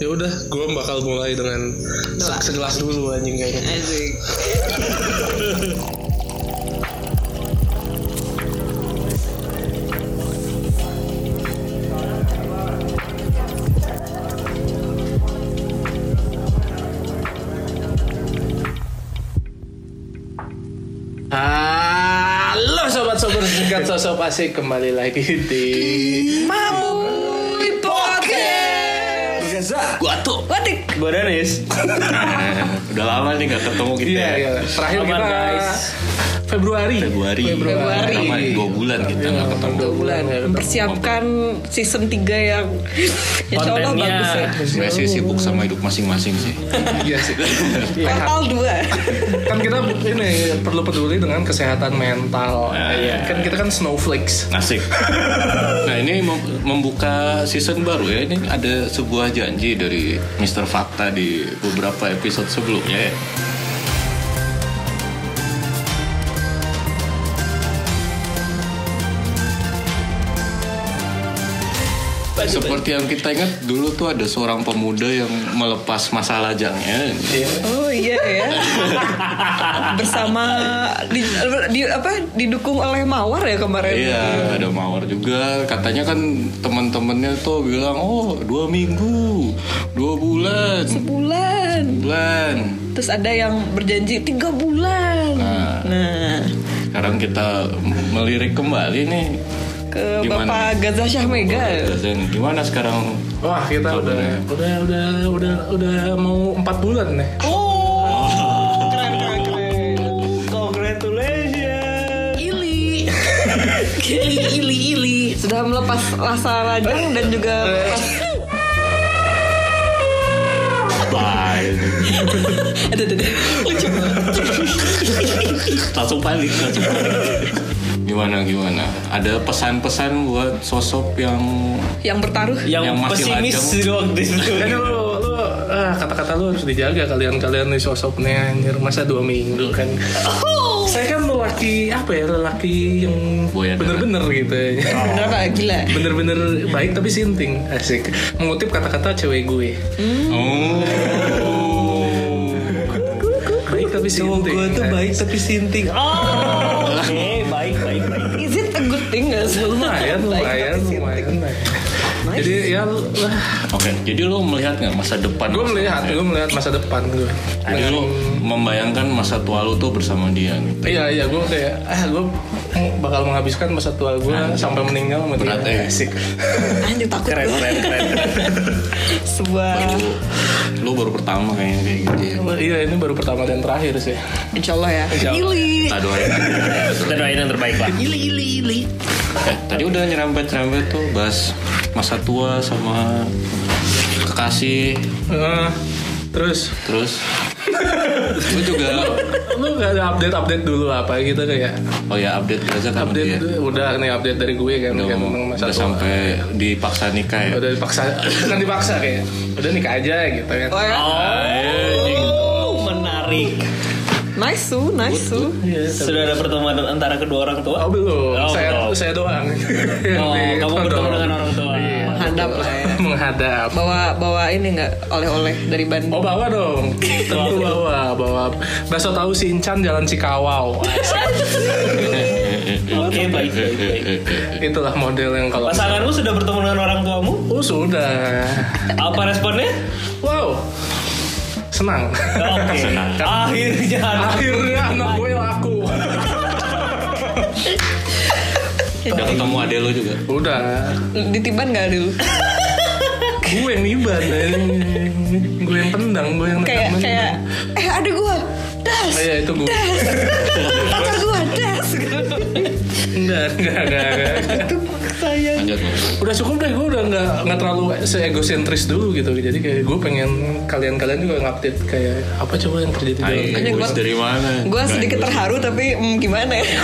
ya udah gue bakal mulai dengan Doa. segelas dulu anjing kayaknya Asik. halo sobat-sobat dekat sosok asik kembali lagi di Mamuy Podcast. Gaza gua tuh Watik. Gue Danis Udah lama nih gak ketemu kita iya ya iya terakhir Kapan, kita guys? Februari Februari Februari. Lama nih, dua bulan kita gak ketemu Dua bulan. Mempersiapkan season 3 yang insya Allah Kontennya bagus ya. Sebenernya sih sibuk sama hidup masing-masing sih iya sih Total dua. kan kita ini perlu peduli dengan kesehatan mental Nah, iya. kan kita kan snowflakes Asik Nah ini mem- membuka season baru ya Ini ada sebuah janji dari Mr. Fakta di beberapa episode sebelumnya ya Seperti yang kita ingat dulu tuh ada seorang pemuda yang melepas masa lajangnya Oh iya ya. Bersama di, di- apa didukung oleh Mawar ya kemarin. Iya, ada mawar juga. Katanya kan teman-temannya tuh bilang, oh dua minggu, dua bulan, Bulan. bulan. Terus ada yang berjanji tiga bulan. Nah. Nah, Sekarang kita melirik kembali nih. ke Gimana Bapak Gaza Syah Mega. Dan gimana sekarang? wah kita udah Kabarnya. udah udah Eh, udah udah mau empat bulan nih Oh, keren keren keren. Congratulations. Ili. ili ili ili. Sudah melepas rasa lajang dan juga Bye. aduh aduh. aduh. Lucu banget. langsung panik, langsung panik. Gimana gimana? Ada pesan-pesan buat sosok yang Yang bertaruh. yang, Yang masih pesimis lajang. juga waktu itu. Kayaknya lu, lu ah, kata-kata lu harus dijaga kalian-kalian nih sosoknya anjir masa dua minggu kan. Saya kan lelaki apa ya lelaki yang Boya bener-bener gitu ya. Bener Pak, gila. Bener-bener baik tapi sinting asik. Mengutip kata-kata cewek gue. Oh. Baik tapi sinting. Eh, Gue tuh asik. baik tapi sinting. Oh, oke, baik, baik, baik. Is it a good thing gak sih? Lumayan, lumayan, lumayan. Jadi ya Oke, jadi lo melihat nggak masa depan? gue masa melihat, depan? gue melihat masa depan gue. Jadi Dengan- lo membayangkan masa tua lo tuh bersama dia gitu. Iya iya gue kayak ah gue bakal menghabiskan masa tua gue sampai meninggal sama dia. Berat ya. Asik. Anjir takut Keren, gue. keren, keren. keren. Sebuah Lo baru pertama kayaknya kayak gitu ya. Iya ini baru pertama dan terakhir sih. Insya Allah ya Ili Kita doain. Kita doain yang terbaik lah. Ili ili ili Eh, tadi udah nyerempet-nyerempet tuh bahas masa tua sama kekasih Eh, terus terus gue juga lu gak ada update update dulu apa gitu kayak oh ya update aja kan update dia udah nih update dari gue kan udah, kayak ngomong, tentang masa udah tua. sampai dipaksa nikah ya udah dipaksa bukan dipaksa kayak udah nikah aja gitu kan. Oh ya Oh, menarik. Nice su Nice su Iya, tapi- Sudah ada pertemuan antara kedua orang tua. Oh belum, Oh, saya belum. saya doang. Oh, Di- kamu bertemu dengan orang tua. Handap lah ya menghadap. bawa bawa ini nggak oleh-oleh dari Bandung Oh bawa dong, tentu bawa bawa. Bakso tahu Sincan Jalan Cikawau. Oke, baik, baik, baik. Itulah model yang kalau Pasanganmu sudah bertemu dengan orang tuamu? Oh sudah. Apa responnya? Wow. Senang. Oke. Akhirnya. Akhirnya anak gue laku. udah ketemu ade lo juga Udah. ditiban nggak dulu Gue yang niban. gue yang pendang, gue yang kayak nendang. kayak eh ada gua das Iya, itu gue. das pacar gua das Enggak, enggak, enggak, enggak. itu saya lanjut lo Udah cukup deh, gue udah nggak nggak terlalu seegosentris dulu gitu. Jadi kayak gue pengen kalian-kalian juga ngupdate kayak apa coba yang terjadi di dalam. Hai, gua- egois dari mana? gua sedikit terharu tapi hmm, gimana ya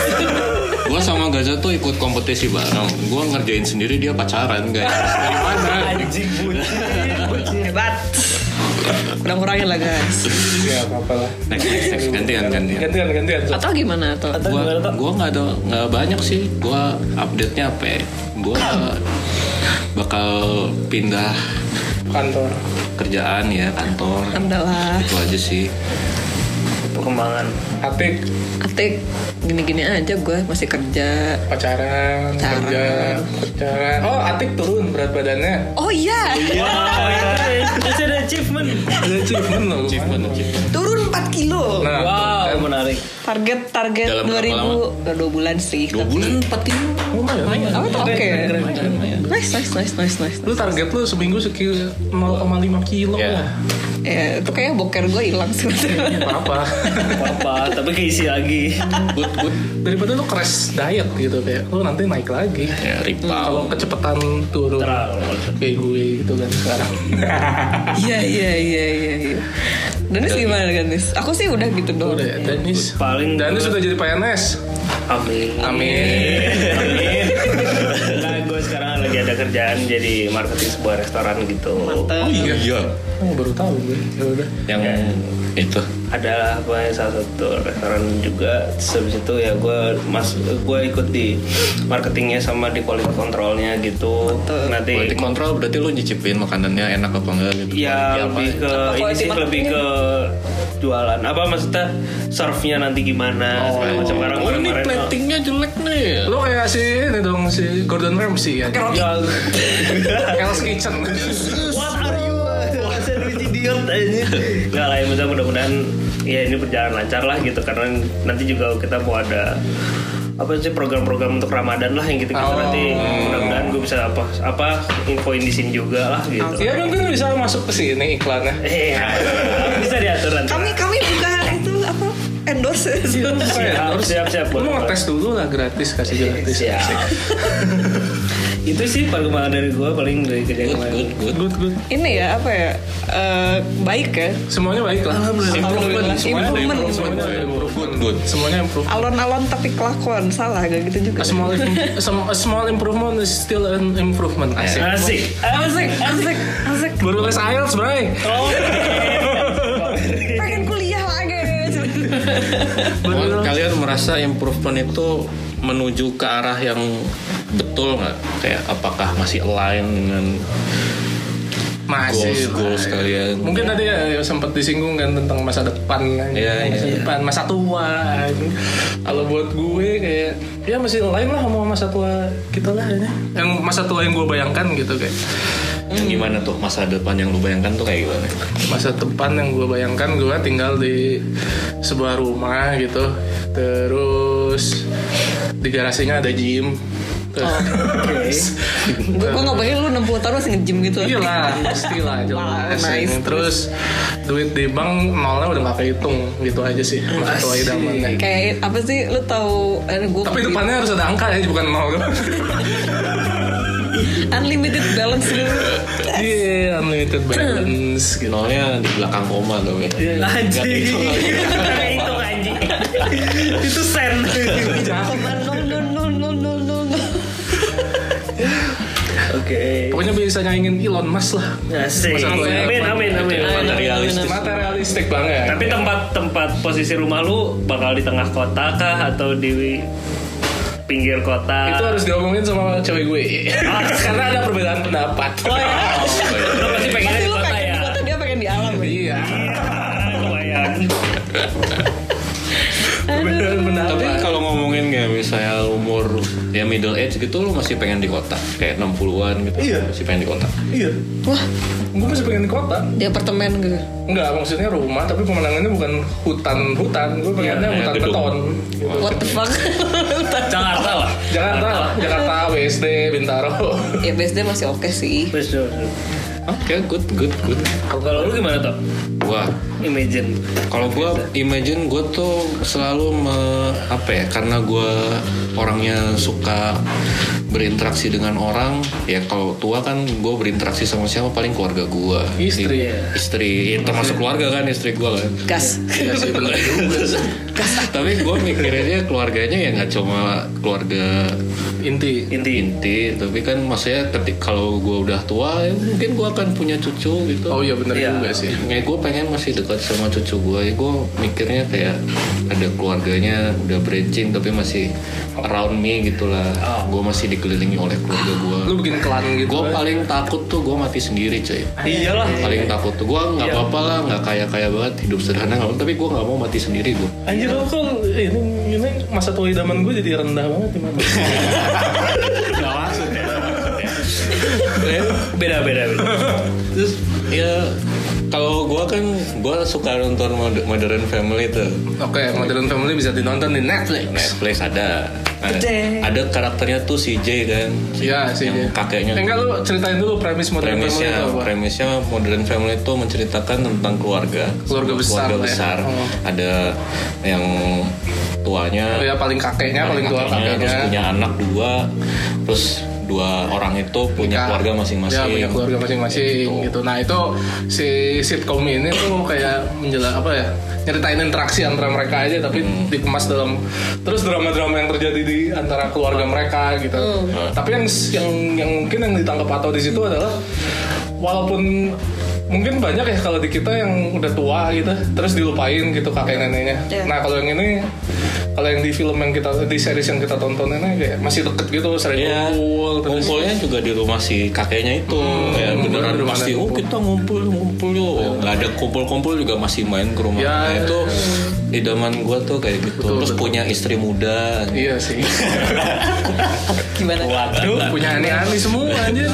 Gue sama Gaza tuh ikut kompetisi bareng. Gue ngerjain sendiri dia pacaran, guys. Dari mana? Anjing bucin. hebat kurang-kurangin lah guys Ya, apa lah. Next, next, next. Gantian, gantian. Gantian, gantian. So. atau gimana atau Atau Gua, gimana, Tok? gua nggak ada nggak banyak sih. Gua update nya apa? ya? Gua bakal pindah kantor kerjaan ya kantor Adalah itu aja sih perkembangan atik atik gini-gini aja gue masih kerja. pacaran Pacaran. kerja pacaran oh atik turun berat badannya Oh iya, Ya, kan? Itu ada ya. achievement ada achievement Iya, loh achievement achievement turun 4 kilo. nah Wow tuh kan. menarik Target target Dalam berapa 2000 eh, dua bulan sih. dua tapi- bulan empat kilo Lumayan, lumayan. Oh, itu oke. lumayan lumayan Nice, nice, nice, nice, nice. lu target lu seminggu sekilo 0,5 kilo Ya. lah Ya, itu kayaknya boker gue hilang sih. apa apa tapi keisi lagi good good daripada lu crash diet gitu kayak lu nanti naik lagi ya kalau rebound kecepatan turun Terang. kayak gue gitu kan sekarang Iya, iya, iya, iya. iya. Danis gimana Danis? Aku sih udah gitu doang. udah ya Danis paling Danis sudah jadi PNS amin amin amin nah gue sekarang lagi ada kerjaan jadi marketing sebuah restoran gitu oh iya iya oh, baru tahu gue ya udah yang itu ada apa ya, salah satu restoran juga Terus habis itu ya gue mas gue ikut di marketingnya sama di quality controlnya gitu nanti quality control berarti lu nyicipin makanannya enak apa enggak gitu Quality Ya apa lebih ke Apa ini quality sih marketing? lebih ke jualan. Apa maksudnya serve-nya nanti gimana? segala macam karena Oh, ini kemarin-kemarin- platingnya jelek nih. lu kayak si ini dong si Gordon Ramsay ya Ya, Hell's Kitchen what are you? What sandwich idiot aja. Nggak lah, ya, maksudnya mudah-mudahan ya ini berjalan lancar lah gitu karena nanti juga kita mau ada apa sih program-program untuk Ramadan lah yang gitu gitu Oh. nanti mudah-mudahan gue bisa apa apa infoin di sini juga lah gitu. ya mungkin bisa masuk ke sini iklannya Eh, bisa diatur nanti. Kami kami bukan itu apa endorse. siap siap siap. lu boleh, mau boleh. ngetes dulu lah gratis kasih gratis Siap. Ya. itu sih perkembangan dari gue paling dari kerjaan Good, kemarin. good, good. good good Ini ya apa ya? eh, baik ya. semuanya baik lah Alhamdulillah. semuanya ada Improvement. improvement semuanya ada improvement Good. semuanya improve Alon-alon tapi kelakuan salah gak gitu juga. A small, im- a sm- a small improvement is still an improvement. Asik. Asik. Asik, asik, asik. Baru les IELTS, bray. Pengen kuliah lagi. Cuman kalian merasa improvement itu menuju ke arah yang betul nggak? Kayak apakah masih align dengan Masih. goals goals bray. kalian? Mungkin tadi ya sempat disinggung kan tentang masa depan kan. Iya, masa iya. depan, masa tua. kan. Kalau buat gue kayak ya masih lain lah sama masa tua kita lah ya. Yang masa tua yang gue bayangkan gitu kayak Yang gimana tuh masa depan yang lu bayangkan tuh kayak gimana? masa depan yang gue bayangkan gue tinggal di sebuah rumah gitu terus di garasinya ada gym terus Gue gak pengen lu 60 tahun masih nge-gym gitu. Iya lah, pasti lah jelas. Wow, nice. Ini Terus duit di bank nolnya udah gak kehitung gitu aja sih. Masa tua idamannya. gitu. Kayak apa sih lu tahu eh, gue Tapi depannya harus ada angka ya, bukan nol. unlimited balance dulu. Iya, unlimited balance gitu. Nolnya di belakang koma tuh ya. Anjing. Nggak gitu lagi. itu anjing. itu sen. Koma nol nol nol nol nol nol. Oke. Pokoknya bisa nyaingin Elon Musk lah. Asik. Masa ya, gue yang Amin amin amin. Materialistis. Materialistik banget. Tapi tempat tempat posisi rumah lu bakal di tengah kota kah atau di pinggir kota? Itu harus diomongin sama cewek gue. Karena ada perbedaan pendapat. Ah. Oh ya. Lu pasti pengennya Pasti di ya? lu kota pengen ya. di kota dia pengen di alam. ya? Iya. Lumayan. Perbedaan Tapi pendapat. kalau ngomongin kayak misalnya umur ya middle age gitu lu masih pengen di kota kayak 60-an gitu Iya. masih pengen di kota. Iya. Wah, Gue masih pengen di kota. di apartemen gitu. Enggak, maksudnya rumah, tapi pemandangannya bukan hutan-hutan. Gue pengennya Iya, hutan iya, gedung. beton. What the fuck? Jakarta lah. Jakarta lah, Jakarta, WSD, Bintaro. ya BSD masih oke sih. Betul. betul. Oke, good good good. Kalau lu gimana tuh? Wah, Imagine. Kalau gue imagine gue tuh selalu me- apa ya karena gue orangnya suka berinteraksi dengan orang ya kalau tua kan gue berinteraksi sama siapa paling keluarga gue Istri ya. istri ya, termasuk keluarga kan istri gue kan Gas. Iya sih, bener juga sih. tapi gue mikirinnya keluarganya ya nggak cuma keluarga inti inti inti tapi kan maksudnya ketika kalau gue udah tua ya mungkin gue akan punya cucu gitu oh iya bener Iya. juga sih Ya gue pengen masih dekat sama cucu gue ya, Gue mikirnya kayak ada keluarganya udah branching tapi masih around me gitulah Gue masih dikelilingi oleh keluarga gue lu bikin klan gitu Gue kan. paling takut tuh gue mati sendiri cuy iyalah Paling takut tuh gue nggak apa-apa lah nggak kaya-kaya banget hidup sederhana nggak apa Tapi gue nggak mau mati sendiri gue Anjir lu kok ini, ini masa tua idaman gue jadi rendah banget ya, di mata. Gak maksud ya Eh, beda beda beda Terus ya kalau gue kan gue suka nonton Mod- Modern Family tuh Oke, Modern Family bisa ditonton di Netflix. Netflix ada ada, Gede. ada karakternya tuh si J kan Iya sih. dia. Yang kakeknya. Enggak lu ceritain dulu premis Modern Family premisnya itu apa? premisnya modern family itu menceritakan tentang keluarga Keluarga besar keluarga lah ya. besar Oh. ada yang tuanya Ya paling kakeknya, paling tua kakaknya, terus kakeknya. punya anak dua terus dua orang itu punya Nikah. keluarga Ya, masing-masing punya keluarga masing-masing Gitu. gitu. Nah, itu si sitcom ini tuh kayak menjelaskan apa ya? Nyeritain interaksi antara mereka aja tapi Hmm. dikemas dalam terus drama-drama yang terjadi di antara keluarga mereka gitu. Nah. Tapi yang yang yang mungkin yang ditangkap atau di situ adalah walaupun mungkin banyak ya kalau di kita yang udah tua gitu terus dilupain gitu kakek neneknya. Iya. Nah, kalau yang ini kalau yang di film yang kita di series yang kita tonton ini kayak masih deket gitu sering Iya, kumpul terus Hmm, ngumpulnya juga di rumah si kakeknya itu ya beneran bener-bener ada pasti Iya. oh kita ngumpul ngumpul yuk Oh, nggak ada kumpul-kumpul juga masih main ke rumah Ya. Nah, itu idaman gua tuh kayak gitu Betul, terus betul. punya istri muda Iya sih. Gimana? waduh Punya aneh-aneh semua aja.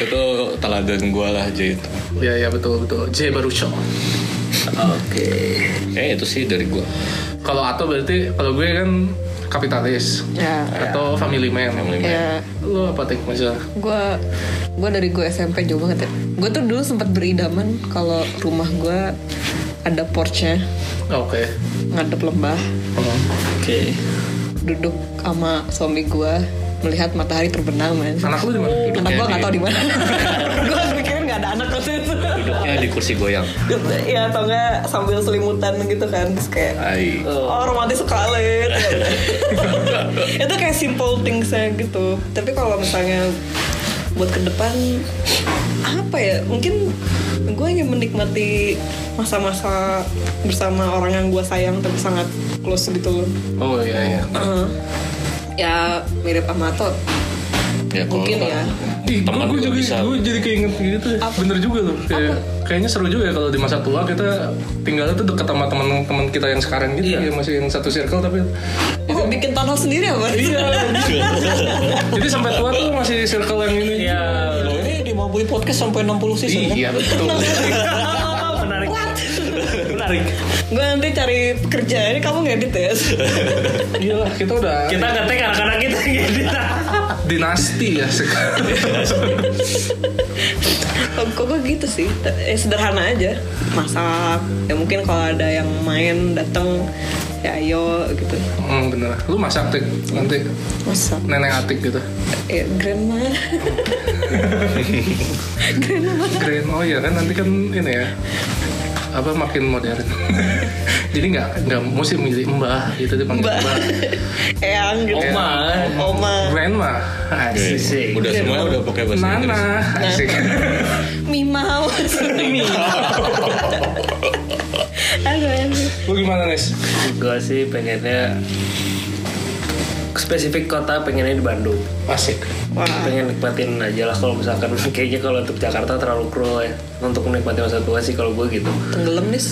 itu teladan gua lah J itu Iya iya betul betul. J baru show. oke eh itu sih dari gua Kalau Ato berarti kalau gue kan kapitalis Ya. atau family man. Family man. Ya, Lo apa tik maksudnya? gue gue dari gue SMP jauh banget ya. Gue tuh dulu sempat beridaman kalau rumah gue ada porchnya oh, Oke. ngadep lembah, Oh. oke duduk sama suami gue melihat matahari terbenam man. Anak lu di mana? Anak gue nggak tahu di mana. gue mikirin nggak ada anak waktu itu. duduknya di kursi goyang ya atau nggak sambil selimutan gitu kan terus kayak Hai Oh romantis sekali Itu kayak simple thingsnya gitu Tapi kalau misalnya buat ke depan Apa ya mungkin gue hanya menikmati masa-masa bersama orang yang gue sayang tapi sangat close gitu loh Oh iya iya. Eh, Ya mirip sama Ato ya kalau Mungkin lu kan ya. Ih, gue, teman gue gua juga bisa gue jadi keinget gitu. ya. Bener juga loh. Kayak, kayaknya seru juga ya kalau di masa tua kita tinggalnya tuh deket sama teman-teman kita yang sekarang gitu Iya. ya masih yang satu circle tapi Oh bikin townhouse sendiri apa? Iya jadi sampai tua tuh masih circle yang ini. ya Loh, eh, ini di Mabui podcast sampai 60 season kan? Iya betul. menarik menarik Gue nanti cari pekerjaan Ini kamu ngedit ya? Iya lah, kita udah kita ngetek anak-anak kita gitu dinasti ya sekarang. Kok gue gitu sih, eh, sederhana aja Masak, ya mungkin kalau ada yang main datang ya ayo gitu hmm, bener. Lu masak tik nanti Masak, nenek atik gitu. ya grandma Green oh iya kan nanti kan ini ya apa makin modern. Jadi nggak nggak mesti milih mbah gitu dipanggil Mbak mbah. Eyang gitu oma Oma Grandma Oke. asik. Sisik. udah semua udah pakai bahasa Inggris Nana asik. Mimau Aduh aduh. Lu gimana Nis? gue sih pengennya spesifik kota pengennya di Bandung Asik. Wah pengen nikmatin aja lah kalau misalkan kayaknya kalau untuk Jakarta terlalu cruel ya untuk menikmati masa tua sih kalau gue gitu Tenggelam nih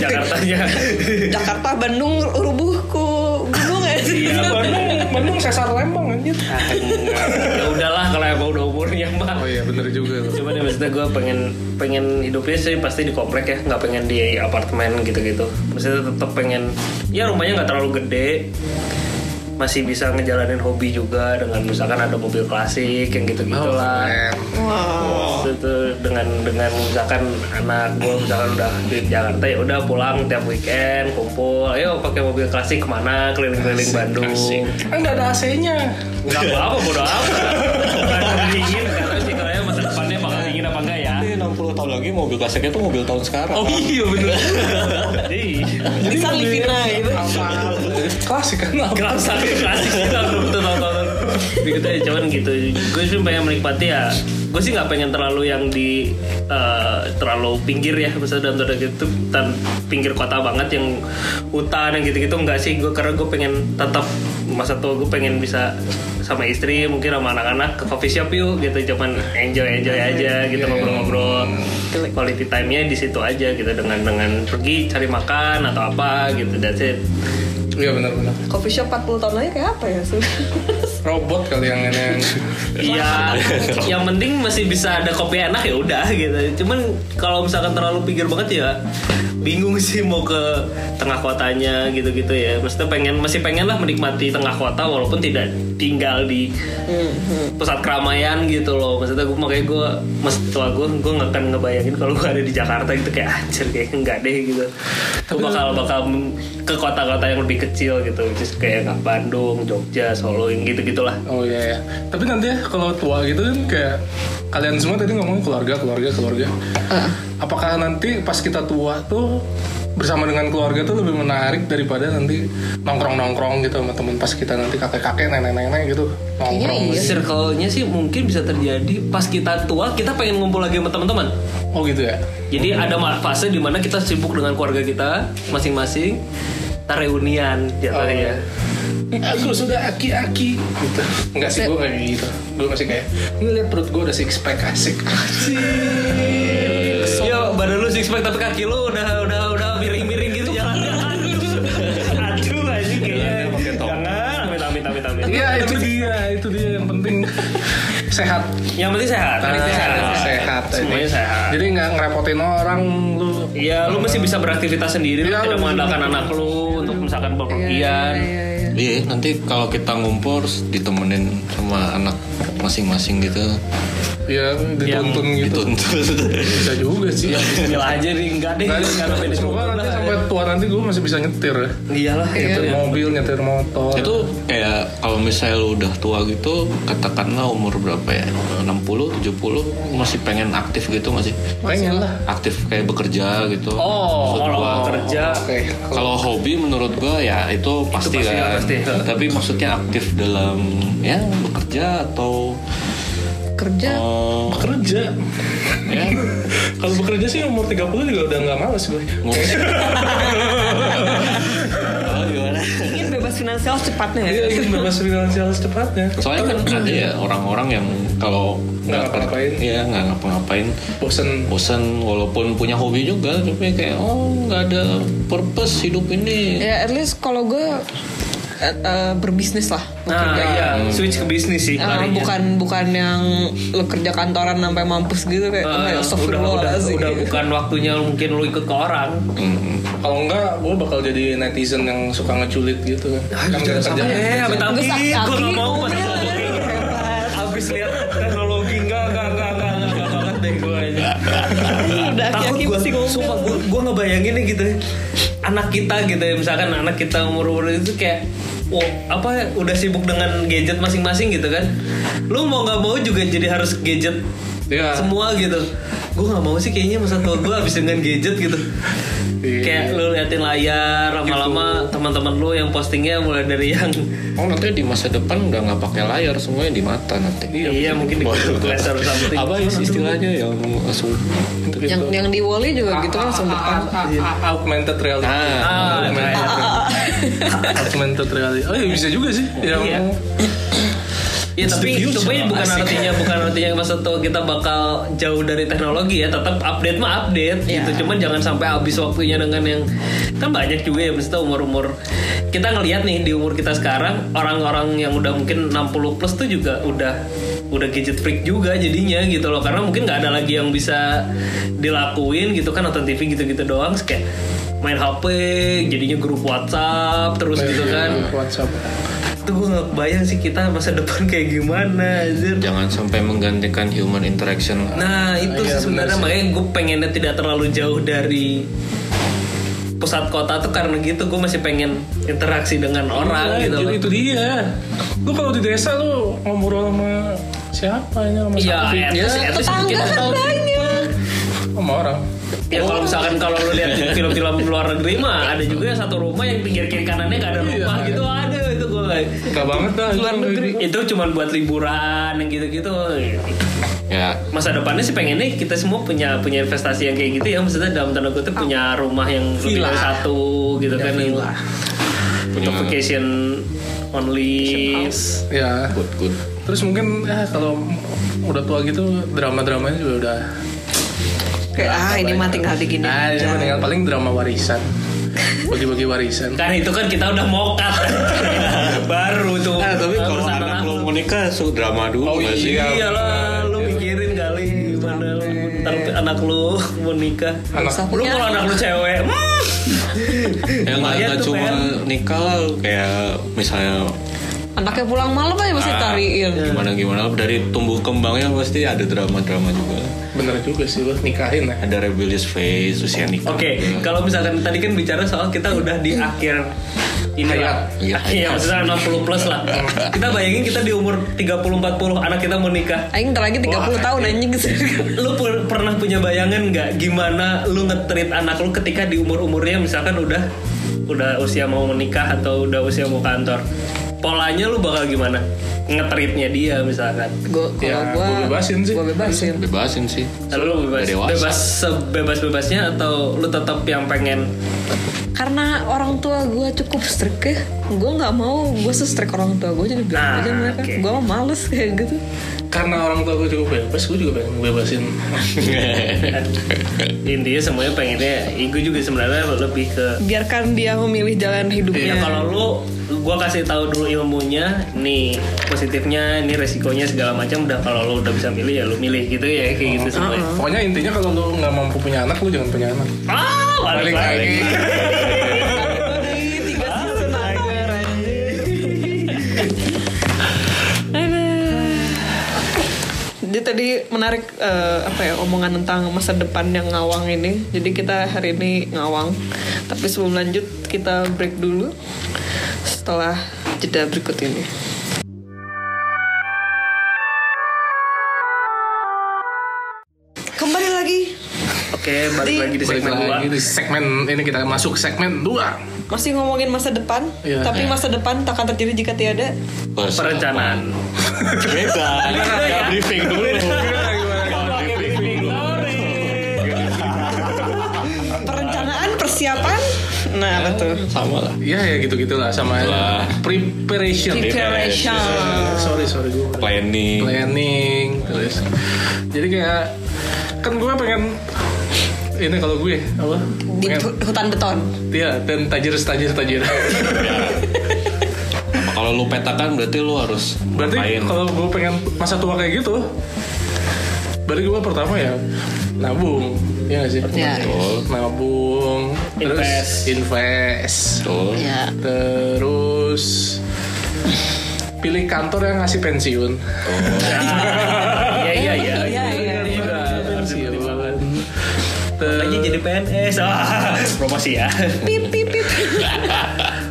Jakarta aja Jakarta, Bandung, rubuhku Gunung ya sih Iya, Bandung, Bandung sesar Lembang anjir. ya udahlah kalau emang udah umurnya mah Oh iya bener juga loh. Cuman ya maksudnya gue pengen pengen hidupnya sih pasti di komplek ya, nggak pengen di apartemen gitu-gitu. Maksudnya tetap pengen, ya rumahnya nggak terlalu gede, masih bisa ngejalanin hobi juga dengan misalkan ada mobil klasik yang gitu-gitu Oh, lah. keren. Wah Terus Itu dengan dengan misalkan anak gue misalkan udah di Jakarta ya udah pulang tiap weekend kumpul, ayo pakai mobil klasik kemana keliling-keliling Bandung. Kan nggak ada AC-nya. Nggak apa-apa bodo apa. Bandung dingin, karena sih kalau ya masa depannya bakal dingin apa enggak ya. Ini 60 tahun lagi mobil klasiknya tuh mobil tahun sekarang. Oh iya bener. Jadi Bisa mobil Livina gitu. Alphard. Klasik kan apa? kerasa klasik kita betul nonton. Gitu ya, cuman gitu. Gue sih pengen menikmati ya. Gue sih nggak pengen terlalu yang di eh, terlalu pinggir ya, misalnya dalam tanda gitu, tan- pinggir kota banget yang hutan yang gitu-gitu nggak sih. Gue karena gue pengen tetap masa tua gue pengen bisa sama istri mungkin sama anak-anak ke coffee shop yuk gitu cuman enjoy enjoy aja gitu ngobrol-ngobrol quality time-nya di situ aja gitu dengan dengan pergi cari makan atau apa gitu that's it Iya bener-bener. Coffee shop 40 tahun lagi kayak apa ya? Su? Robot kali yang ini yang Iya, yang penting masih bisa ada kopi enak ya udah gitu. Cuman kalau misalkan terlalu pikir banget ya bingung sih mau ke tengah kotanya gitu-gitu ya. Maksudnya pengen masih pengen lah menikmati tengah kota walaupun tidak tinggal di pusat keramaian gitu loh. Maksudnya gue makanya gue mas tua gue gue nggak akan ngebayangin kalau gue ada di Jakarta gitu kayak anjir kayak nggak deh gitu. Gue bakal bakal ke kota-kota yang lebih kecil gitu, just kayak Bandung, Jogja, Solo yang gitu-gitulah. Oh iya ya. Tapi nanti ya kalau tua gitu kan kayak kalian semua tadi ngomongin keluarga, keluarga, keluarga. Apakah nanti pas kita tua tuh bersama dengan keluarga tuh lebih menarik daripada nanti nongkrong-nongkrong gitu sama temen pas kita nanti kakek-kakek, nenek-nenek gitu iya. nongkrong. Kayaknya Circle-nya sih mungkin bisa terjadi pas kita tua kita pengen ngumpul lagi sama teman-teman. Oh gitu ya. Jadi ada ma- fase di mana kita sibuk dengan keluarga kita masing-masing, ntar reunian ya jatuhnya. Eh, Aku sudah aki-aki gitu. Enggak sih gue kayak gitu. Gue masih kayak ini lihat perut gue udah six pack asik. Iya, Yo, badan lu six pack tapi kaki lu udah udah udah miring-miring gitu Iya, jalannya. Aduh, aduh anjing kayaknya. Jangan, amit amit amit amit. Iya itu dia, itu dia yang penting sehat. Yang penting sehat, yang penting Ah, sehat. Semuanya sehat. Jadi nggak ngerepotin orang lu. Iya, lu masih bisa beraktivitas sendiri, lu Iya, tidak lu- mengandalkan anak lu untuk misalkan Iya, berpergian. iya, iya. Iya, nanti kalau kita ngumpul harus ditemenin sama anak masing-masing gitu. Ya dituntun Iya. gitu. Dituntut. Bisa juga sih. Gila aja nih, enggak deh. Nah, Enggak ada finish semoga nanti sampai tua nanti gue masih bisa nyetir ya. Iyalah itu. Nyetir mobil, nyetir motor. Itu kayak kalau misalnya lu udah tua gitu, katakanlah umur berapa ya? 60, 70 masih pengen aktif gitu masih. pengen lah. Aktif kayak bekerja gitu. Oh, Maksud Kalau gua, kerja Oke. kalau hobi menurut gua ya itu pasti, pasti, kan. pasti. Tapi maksudnya aktif dalam ya bekerja atau Kerja eh, Bekerja. ya Kalau bekerja sih umur 30 juga udah nggak males gue. ngurus. Oh, gimana? ingin bebas finansial cepatnya ya. Iya, ingin bebas finansial secepatnya. Soalnya kan ada ya orang-orang yang kalau Nggak ngapa-ngapain. ya nggak ngapa-ngapain Bosen. bosan walaupun punya hobi juga tapi kayak oh nggak ada purpose hidup ini Ya at least kalau gue eh, eh, berbisnis lah. Nah, iya, ya. switch ke bisnis Eh, sih larinya. bukan bukan yang lo kerja kantoran sampai mampus gitu kayak Eh, oh, ya, udah, udah, astagfirullahaladzim. udah bukan waktunya mungkin lu ikut ke orang. Hmm. Kalau enggak, gue bakal jadi netizen yang suka ngeculit gitu kan. Kan nggak kerja. Eh, amit amit, Nggak, sakit gue hati, nggak mau gua pas. bilang. Abis lihat teknologi enggak enggak enggak enggak enggak enggak banget deh gue aja. Udah Takut aki-aki gue, mesti ngomong. sumpah gue, gue ngebayangin nih gitu Anak kita gitu ya, misalkan anak kita umur-umur itu kayak Wow, apa ya, udah sibuk dengan gadget masing-masing gitu kan Lu mau gak mau juga jadi harus gadget Iya. semua gitu Gue gak mau sih kayaknya masa tua gue habis dengan gadget gitu Iya. Gitu. Kayak lu liatin layar, lama-lama teman-teman lu yang postingnya mulai dari yang oh nanti di masa depan udah nggak pakai layar semuanya di mata nanti Iya, mungkin di laser something apa ya istilahnya yang langsung Yang yang di Wally juga gitu kan langsung A- depan. a- a- Augmented reality. Ah, Ah, Augmented kayak- reality. Augmented reality. Oh iya bisa juga sih. Ya, Iya. mau- Ya It's tapi the future. tapi bukan Asik. artinya bukan artinya masa tua kita bakal jauh dari teknologi ya tetap update mah update Iya. gitu cuman jangan sampai habis waktunya dengan yang kan banyak juga ya maksudnya umur umur kita ngelihat nih di umur kita sekarang orang-orang yang udah mungkin 60 plus tuh juga udah udah gadget freak juga jadinya gitu loh karena mungkin nggak ada lagi yang bisa dilakuin gitu kan nonton TV gitu-gitu doang Terus kayak main HP jadinya grup WhatsApp terus gitu kan WhatsApp. itu gue nggak bayang sih kita masa depan kayak gimana anjir jangan sampai menggantikan human interaction nah itu Iya, sih benar sebenarnya sih. makanya gue pengennya tidak terlalu jauh dari pusat kota tuh karena gitu gue masih pengen interaksi dengan orang Iya, gitu jadi loh. itu dia. Lu kalau di desa lu ngobrol sama siapa ini sama Iya, siapa? iya. at least, at least Tetangga mungkin kan banyak. sama orang Ya kalau misalkan kalau lu lihat di film-film luar negeri mah ada juga satu rumah yang pinggir kiri kanannya gak ada rumah Iya. gitu. Aduh itu gue Enggak banget dah itu luar kayak negeri gitu. itu cuman buat liburan yang gitu-gitu. ya Masa depannya sih pengennya kita semua punya punya investasi yang kayak gitu ya maksudnya dalam tanda kutip punya rumah yang lebih dari Villa. satu gitu kan yang punya untuk vacation only ya good good terus mungkin ya kalau udah tua gitu drama-dramanya juga udah Kayak ah ini mah tinggal begini nah aja. cuma tinggal paling drama warisan bagi-bagi warisan kan itu kan kita udah mokat baru tuh Nah, tapi Baru kalau saran anak ya, aku. lo mau nikah so drama dulu nggak sih? Iyalah, Iya. lu mikirin kali gimana lu ntar anak lu mau nikah. anak Usah Lu punya. kalau anak lu cewek, Ya hmm, nggak Lumayan nggak tuh, cuma Pen. nikah lah kayak misalnya Anaknya pulang malam aja masih Ah, tariin. gimana gimana dari tumbuh kembangnya pasti ada drama drama juga. bener juga sih lo nikahin ya Ada rebellious phase usia nikah. Oke, kalau misalkan tadi kan bicara soal kita udah di akhir ini lah. Hayat. Iya, Iya, hayat. maksudnya 60 plus lah. Kita bayangin kita di umur 30 40 anak kita mau nikah. Aing ntar lagi 30 tahun anjing Lu pu- pernah punya bayangan nggak gimana lu ngetrit anak lu ketika di umur-umurnya misalkan udah udah usia mau menikah atau udah usia mau kantor. Polanya lu bakal gimana? Ngetritnya dia misalkan. Gua kalau Ya, gua gua bebasin sih. Gua bebasin. Bebasin sih. Lalu lu bebas, Dewasa. bebas sebebas-bebasnya atau lu tetap yang pengen Karena orang tua gua cukup strict ya. Gua nggak mau gua se-strict orang tua gua jadi bilang Ah, aja mereka. oke. Gua mah males kayak gitu. karena orang tua gue cukup bebas gue juga pengen bebasin intinya semuanya pengennya gue juga sebenarnya lebih ke Biarkan dia memilih jalan ya hidupnya. kalau lu gua kasih tahu dulu ilmunya nih positifnya nih resikonya segala macam udah kalau lu udah bisa milih ya lu milih gitu ya kayak gitu semuanya pokoknya intinya kalau lo nggak mampu punya anak lo jangan punya anak ah balik Balik lagi lagi. Aduh, tiga season agar, anjing. Aduh. Jadi tadi menarik eh, apa ya omongan tentang masa depan yang ngawang ini. Jadi kita hari ini ngawang. Tapi sebelum lanjut kita break dulu setelah jeda berikut ini. Kembali lagi oke balik lagi di segmen Balik dua lagi di segmen ini kita masuk segmen dua masih ngomongin masa depan, Iya. tapi Iya. masa depan takkan terjadi jika tiada perencanaan Beda. Iya. Nggak briefing dulu. perencanaan persiapan nah betul Sama lah. Iya ya gitu gitulah sama Itulah. preparation. preparation Sorry sorry gue Planning. planning terus. Jadi kayak kan gue pengen ini kalau gue apa? di Pengen, hu- hutan beton iya dan tajir tajir tajir. Apa Kalau lu petakan berarti lu harus Berarti ngapain? kalau gue pengen masa tua kayak gitu, berarti gue pertama ya nabung, ya nggak sih? ya Betul. Nabung, terus Invest. invest, Betul. Iya. ya Terus pilih kantor yang ngasih pensiun. iya iya iya iya iya Pensiun. lagi Terus, jadi PNS ah promosi ya pip pip pip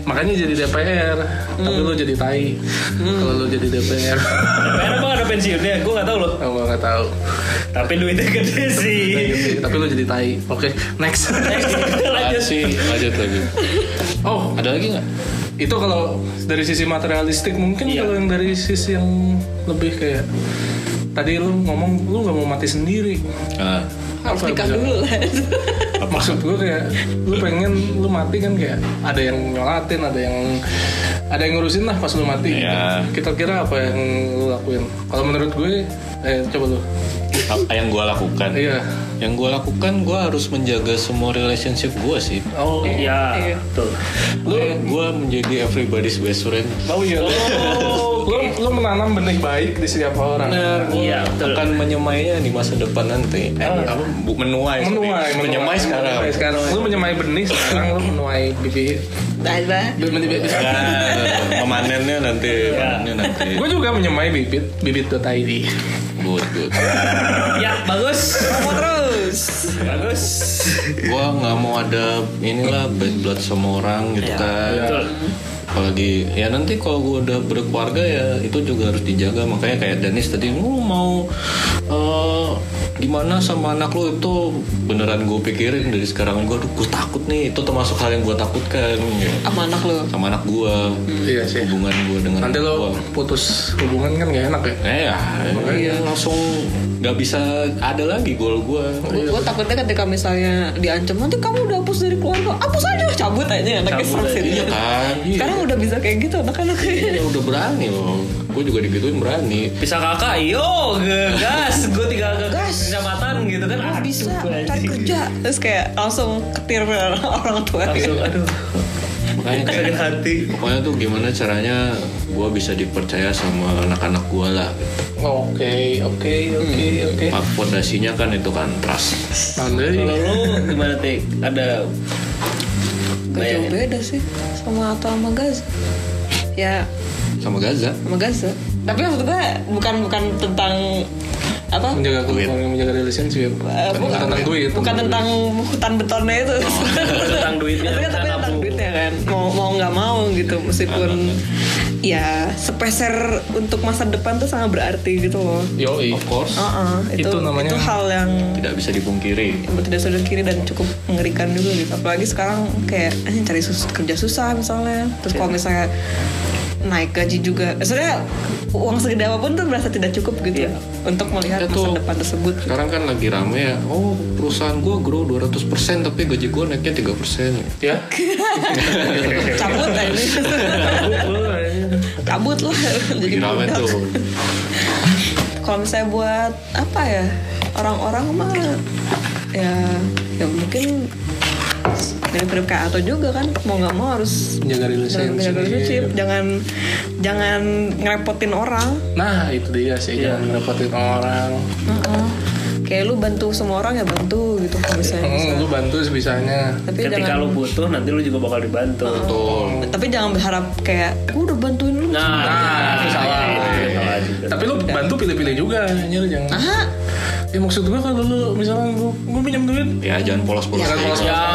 makanya jadi DPR, Hmm. tapi lo jadi tai. Kalau lo jadi DPR, PNS apa ada pensiunnya gue nggak tahu loh oh, gue nggak tahu. tapi duitnya gede sih Iya. Tapi lo jadi tai. Oke, next. Lanjut lanjut sih. Lanjut lagi. Oh, Ada lagi nggak? itu kalau dari sisi materialistik mungkin Iya. kalau yang dari sisi yang lebih kayak tadi lo ngomong lo nggak mau mati sendiri. Ah. harus Apa nikah bisa- dulu lah maksud gue kayak lu pengen lu mati kan kayak ada yang nyolatin ada yang ada yang ngurusin lah pas lu mati Iya. kita kira apa yang lu lakuin kalau menurut gue eh coba lu apa yang gue lakukan Iya. yang gue lakukan gue harus menjaga semua relationship gue sih oh ya Iya. tuh lu gue menjadi everybody's best friend oh iya lu lu menanam benih baik di setiap orang Gua Iya, betul. akan menyemainya di masa depan nanti eh, apa bu- menuai sorry. Ah. menuai menyemai sekarang menuai sekarang lu menyemai benih sekarang lu menuai bibit bye bye bibit Nah, pemanennya nanti Iya. panennya nanti gue juga menyemai bibit bibit.id good good ya bagus mau terus bagus gue nggak mau ada inilah bad blood sama orang Iya. gitu kan Betul. apalagi ya nanti kalau gue udah berkeluarga ya itu juga harus dijaga makanya kayak Danis tadi lu mau eh, gimana sama anak lu itu beneran gue pikirin dari sekarang gue aduh gue takut nih itu termasuk hal yang gue takutkan ya. sama anak lo sama anak gue Iya sih. hubungan gue dengan Nanti anak lo gua. putus hubungan kan gak enak ya. Eh, ya, iya, langsung nggak bisa ada lagi gol gue Iya. gue takutnya ketika misalnya diancam nanti kamu udah hapus dari keluarga hapus aja cabut aja anaknya Cabut aja. vaksin iya kan iya. sekarang udah bisa kayak gitu anak-anak Iya, udah berani loh gue juga digituin berani Bisa kakak, yo gas, gue tinggal ke Gas. kecamatan gitu kan. Gua Aduh, bisa anjing. cari kerja terus kayak langsung ketir orang tua Langsung, aduh, makanya kayak sakit hati. pokoknya tuh gimana caranya gue bisa dipercaya sama anak-anak gue lah Oke, oke, oke, oke. Pak fondasinya kan itu kan trust Andai Kalau lu gimana tik? Ada Gak jauh bayangin. beda sih sama atau sama Gaza. Ya sama Gaza sama Gaza. Tapi maksud gue bukan bukan tentang apa? menjaga Duit. keluarga, menjaga relationship. eh, bukan tentang duit. Bukan tentang hutan betonnya itu. Tentang duitnya, Tapi, tapi tentang tentang nabung. duitnya kan. Mau mau nggak mau gitu meskipun ya sepeser untuk masa depan tuh sangat berarti gitu loh. Yoi. of course Uh-uh, itu, Itu itu, namanya- hal yang tidak bisa dipungkiri yang tidak saudara kiri dan cukup mengerikan juga gitu apalagi sekarang kayak eh, cari sus- kerja susah misalnya terus kalau misalnya naik gaji juga Eh, sebenarnya uang segede apapun tuh berasa tidak cukup gitu untuk melihat Itu masa tuh- depan tersebut sekarang kan lagi rame ya oh perusahaan gue grow 200% tapi gaji gue naiknya 3% Ya. cabut lah ini cabut lah jadi lagi rame budak. tuh kalau misalnya buat apa ya orang-orang mah ya ya mungkin mirip-mirip kayak atau juga kan mau nggak mau harus Menjaga Jangan relationship. jaga relationship, jangan jangan ngerepotin orang. Nah, itu dia sih jangan ngerepotin orang. Heeh. Kayak lu bantu semua orang ya bantu gitu kalau misalnya. Hmm, lu bantu sebisanya. Tapi Ketika jangan lu butuh, nanti lu juga bakal dibantu. Oh. betul tapi jangan berharap kayak gua udah bantuin lu. Nah, Nah, itu salah. itu Iya, iya, salah juga. Tapi lu bantu pilih-pilih juga, nyari jangan. Ah, Ya maksud gua kalau lu misalnya gua, gua pinjam duit, ya jangan polos-polos jangan aja. malas Ya, ya,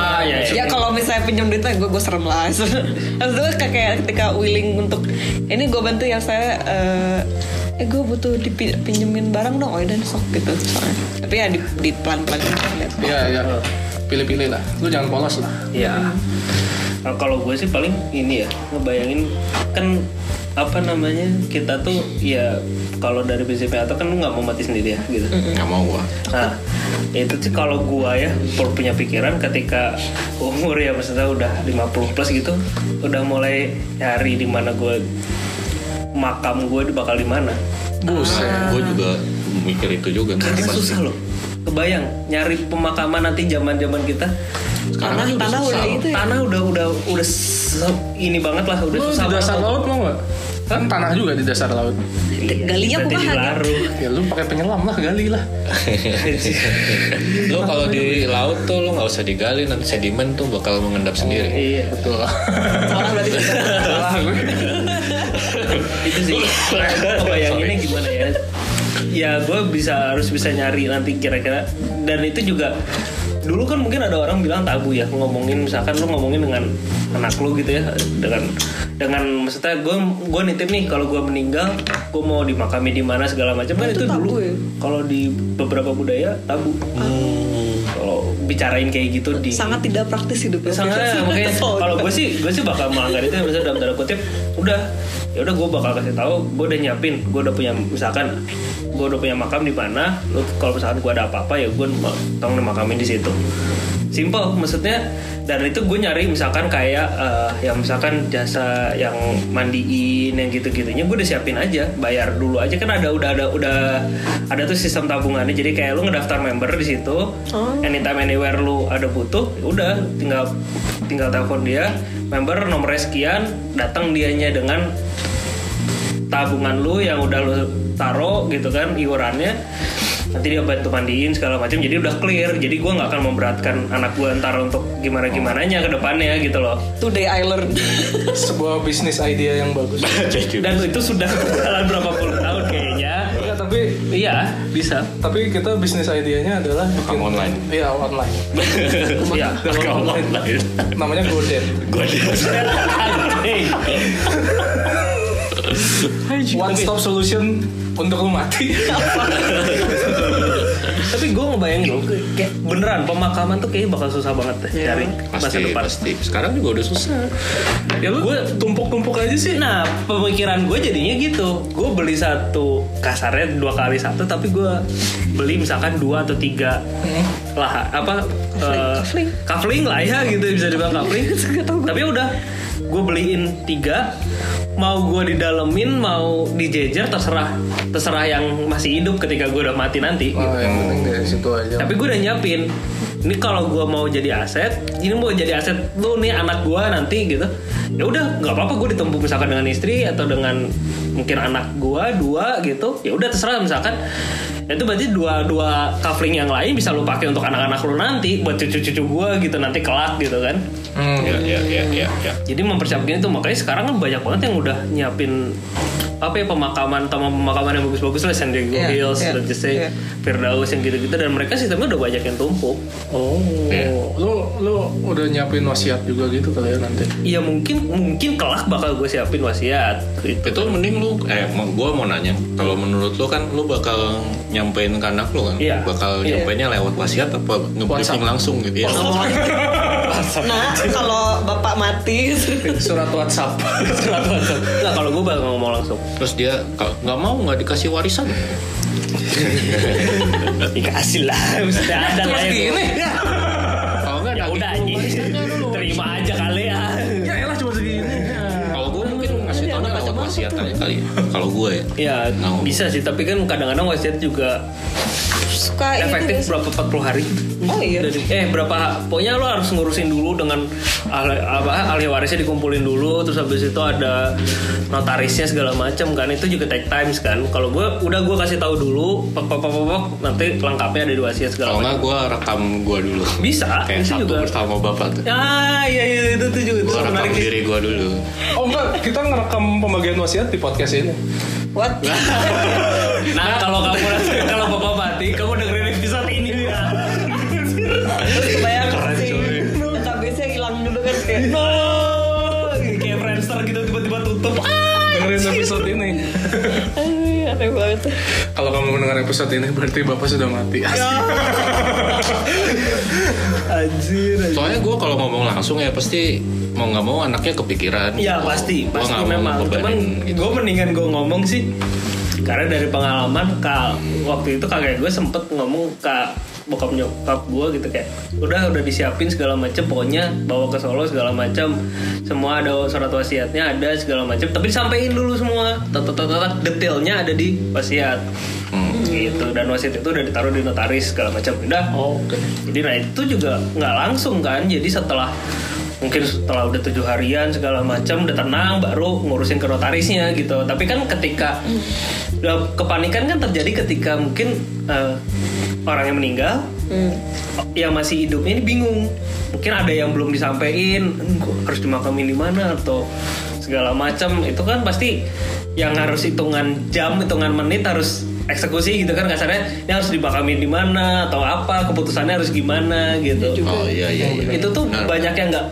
ya. ya kalau misalnya pinjam duit gue gue serem lah. Maksudnya kayak- kayak ketika willing untuk ini gue bantu ya saya eh, eh gue butuh dipinjemin barang dong, oh dan sok gitu soalnya. Tapi ya di, di pelan-pelan lihat. Iya, Ya, ya. Pilih-pilih lah. Lu jangan polos lah. Ya. Nah, kalau gue sih paling ini ya ngebayangin kan apa namanya kita tuh ya kalau dari prinsip atau kan lu nggak mau mati sendiri ya gitu. nggak mau gua Nah itu sih kalau gua ya pur- punya pikiran ketika umur ya maksudnya udah 50 plus gitu udah mulai nyari di mana gue makam gue bakal di mana Ah, Buset. gue juga mikir itu juga nanti karena pas- susah loh kebayang nyari pemakaman nanti zaman zaman kita sekarang Tanah- aja udah tanah susah udah loh. itu ya. tanah udah udah udah se- ini banget lah udah Lu susah di dasar banget laut mau nggak? Kan tanah juga di dasar laut. Iya, Galinya kita jadi bukan. laruh. Ya lu pakai penyelam lah, gali lah. lo kalau di laut tuh lo nggak usah digali nanti sedimen tuh bakal mengendap sendiri iya Betul. Orang berarti Salah gue. itu sih kebayanginnya gimana ya ya gue bisa harus bisa nyari nanti kira-kira dan itu juga dulu kan mungkin ada orang bilang tabu ya ngomongin misalkan lu ngomongin dengan anak lu gitu ya dengan dengan maksudnya gue gue nitip nih kalau gue meninggal gue mau dimakami di mana segala macam kan Itu itu, tabu dulu ya? kalau di beberapa budaya tabu Ah. kalau bicarain kayak gitu di sangat tidak praktis ya. hidupnya. sangat makanya Kesel kalau gue sih gue sih bakal melanggar itu misalnya dalam tanda kutip udah ya udah gue bakal kasih tahu gue udah nyiapin gue udah punya misalkan gue udah punya makam di mana lu kalau misalkan gue ada apa-apa ya gue ma- tolong dimakamin di situ simple maksudnya dan itu gue nyari misalkan kayak eh, yang misalkan jasa yang mandiin yang gitu-gitunya gue udah siapin aja bayar dulu aja kan ada udah ada udah ada tuh sistem tabungannya jadi kayak lu ngedaftar member di situ anytime anywhere lu ada butuh ya udah tinggal tinggal telepon dia member nomornya sekian datang dianya dengan tabungan lu yang udah lu taro gitu kan iurannya nanti dia bantu mandiin segala macam jadi udah clear jadi gua nggak akan memberatkan anak gua ntar untuk gimana gimananya ke depannya gitu loh Today I learned. Sebuah bisnis idea yang bagus. dan itu sudah berjalan berapa puluh tahun kayaknya Ya, tapi iya bisa tapi kita bisnis idenya adalah bikin Tukang online iya online iya Tukang online namanya Goden gue di Anjing. Iya, One stop solution untuk lu mati. Tapi gue ngebayangin loh, kayak beneran pemakaman tuh kayaknya bakal susah banget deh cari masa pasti depan. pasti sekarang juga udah susah Ya lu, gue tumpuk-tumpuk aja sih. Nah, pemikiran gue jadinya gitu. Gue beli satu kasarnya dua kali satu, tapi gue beli misalkan dua atau tiga lah apa eh, Kafling. kafling lah ya gitu bisa dibilang kafling. Nggak tahu tapi udah gue beliin tiga mau gue didalemin mau dijejer terserah terserah yang masih hidup ketika gue udah mati nanti Oh, yang penting dari situ aja. tapi gue udah nyiapin ini kalau gue mau jadi aset ini mau jadi aset lu nih anak gue nanti gitu ya udah nggak apa-apa gue ditempuh misalkan dengan istri atau dengan mungkin anak gue dua gitu ya udah terserah misalkan Ya itu berarti dua dua covering yang lain bisa lu pakai untuk anak-anak lu nanti buat cucu-cucu gue gitu nanti kelak gitu kan Hmm. ya ya iya, ya ya, ya. jadi mempersiapkan itu makanya sekarang kan banyak banget yang udah nyiapin apa ya pemakaman taman pemakaman yang bagus-bagus lah San Diego Iya, Hills, iya, let's just say, iya. Firdaus yang gitu-gitu dan mereka sistemnya udah banyak yang tumpuk. Oh, Iya. lu lu udah nyiapin wasiat juga gitu kali ya nanti. Iya mungkin mungkin kelak bakal gue siapin wasiat gitu. itu mending lu eh gue mau nanya kalau menurut lu kan lu bakal nyampein ke anak lu kan Iya. bakal Iya. nyampeinnya lewat wasiat apa ngebriefing WhatsApp. langsung gitu ya Nah, kalau bapak mati, Surat WhatsApp. Surat WhatsApp. Nah kalau gue bakal ngomong langsung. terus dia kalau nggak mau nggak dikasih warisan Dikasih lah, mesti ada lah ya. Gini. kalau nggak Ya nagih udah dulu anjing. warisannya dulu. Terima aja kali ya. Ya elah cuma segini. kalau gue mungkin Iya, ngasih tau lewat wasiat aja kali ya kalau gue ya Ya No. bisa sih tapi kan kadang-kadang wasiat juga suka ini. efektif berapa 40 hari. Iya, Oh iya. Dari- eh berapa pokoknya lo harus ngurusin dulu dengan ahli, apa, ahli warisnya dikumpulin dulu terus habis itu ada notarisnya segala macam kan itu juga take times kan kalau gue udah gue kasih tahu dulu pok, pok, pok, pok, pok, nanti lengkapnya ada di wasiat segala kalau macam nggak gue rekam gue dulu bisa kayak bisa satu juga bersama bapak tuh ah iya iya itu tuh juga itu gue rekam menarik sih. diri gue dulu Oh enggak, kita ngerekam pembagian wasiat di podcast ini. What? nah kalau kamu kalau bapak mati kamu dengerin episode ini ya Kebayang Keren, sih. coy. Database-nya hilang dulu kan kayak. no Gitu. kayak Friendster gitu tiba-tiba tutup ah Dengerin episode ini. Aduh, aneh banget. Kalau kamu mendengar episode ini berarti bapak sudah mati. anjir soalnya gue kalau ngomong langsung ya pasti mau nggak mau anaknya kepikiran Ya pasti, kan? Gua pasti nggak mau memang. Cuman ngebebanin gitu. gue mendingan gue ngomong sih, karena dari pengalaman kak waktu itu kakek gue sempet ngomong ke bokap nyokap gue gitu kayak udah udah disiapin segala macem pokoknya bawa ke Solo segala macem semua ada surat wasiatnya ada segala macem tapi sampein dulu semua Tet, tet, tet, tet, detailnya ada di wasiat Hmm. gitu dan wasiat itu udah ditaruh di notaris segala macam udah Oh, Oke. jadi nah itu juga nggak langsung kan jadi setelah mungkin setelah udah tujuh harian segala macam udah tenang baru ngurusin ke notarisnya gitu tapi kan ketika ya, kepanikan kan terjadi ketika mungkin eh, orang yang meninggal Hmm. yang masih hidupnya ini bingung mungkin ada yang belum disampaikan "Hmm, gua harus dimakamin di mana atau segala macam itu kan pasti yang harus hitungan jam hitungan menit harus eksekusi gitu kan kasarnya ini harus dimakamin di mana atau apa keputusannya harus gimana gitu oh iya iya iya itu tuh Benar. banyak yang nggak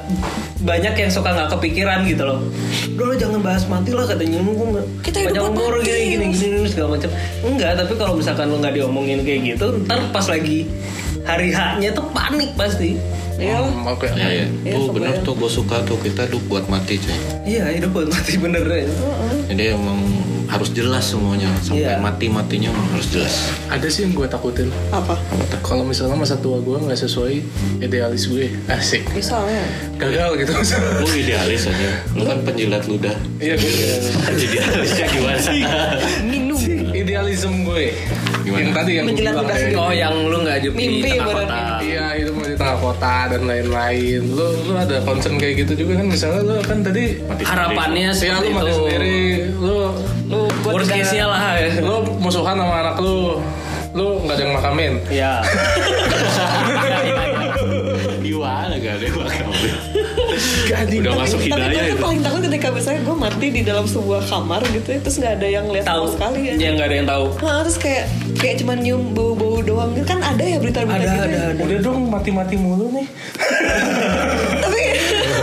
banyak yang suka nggak kepikiran gitu loh Udah lo jangan bahas mati lah katanya lu gua nggak- Kita hidup banyak buat umur mati." gini gini gini, gini, segala macam enggak tapi kalau misalkan lo nggak diomongin kayak gitu ntar pas lagi hari haknya tuh panik pasti Iya lah. Hmm, Oke. Iya, iya. Iya, oh kebayang. bener ya. tuh gue suka tuh kita tuh buat mati cuy iya hidup buat mati bener ya. jadi emang harus jelas semuanya sampai Iya. mati matinya harus jelas Ada sih yang gue takutin. Apa? Kalau misalnya masa tua gue nggak sesuai idealis gue, asik. Misalnya. Gagal gitu misalnya. lu idealis aja lu kan penjilat ludah Iya, gue idealis. idealisnya gimana Minum. idealism gue. Gimana? Yang tadi yang gue Menjilat bilang ludah kayak- sendiri. oh yang lu nggak hidup Mimpi di tengah berarti. kota Iya hidup di tengah kota dan lain-lain. Lu lu ada concern kayak gitu juga kan misalnya lu kan tadi Mati sendiri. harapannya ya seperti lu mati itu sendiri, lu lu gua worst tidak- case nya lah ya. Lu musuhan sama anak lu, lu nggak ada yang makamin. ya gimana gak ada yang bakal. Udah udah masuk Tapi gue hidayah tuh itu paling takut ketika misalnya gue mati di dalam sebuah kamar gitu ya, terus nggak ada yang lihat tahu Iya. sama sekali ya. yang nggak ada yang tahu Nah, terus kayak kayak cuma nyium bau-bau doang gitu kan ada ya berita-berita ada gitu. ada ya. ada udah dong mati-mati mulu nih. Tapi ya.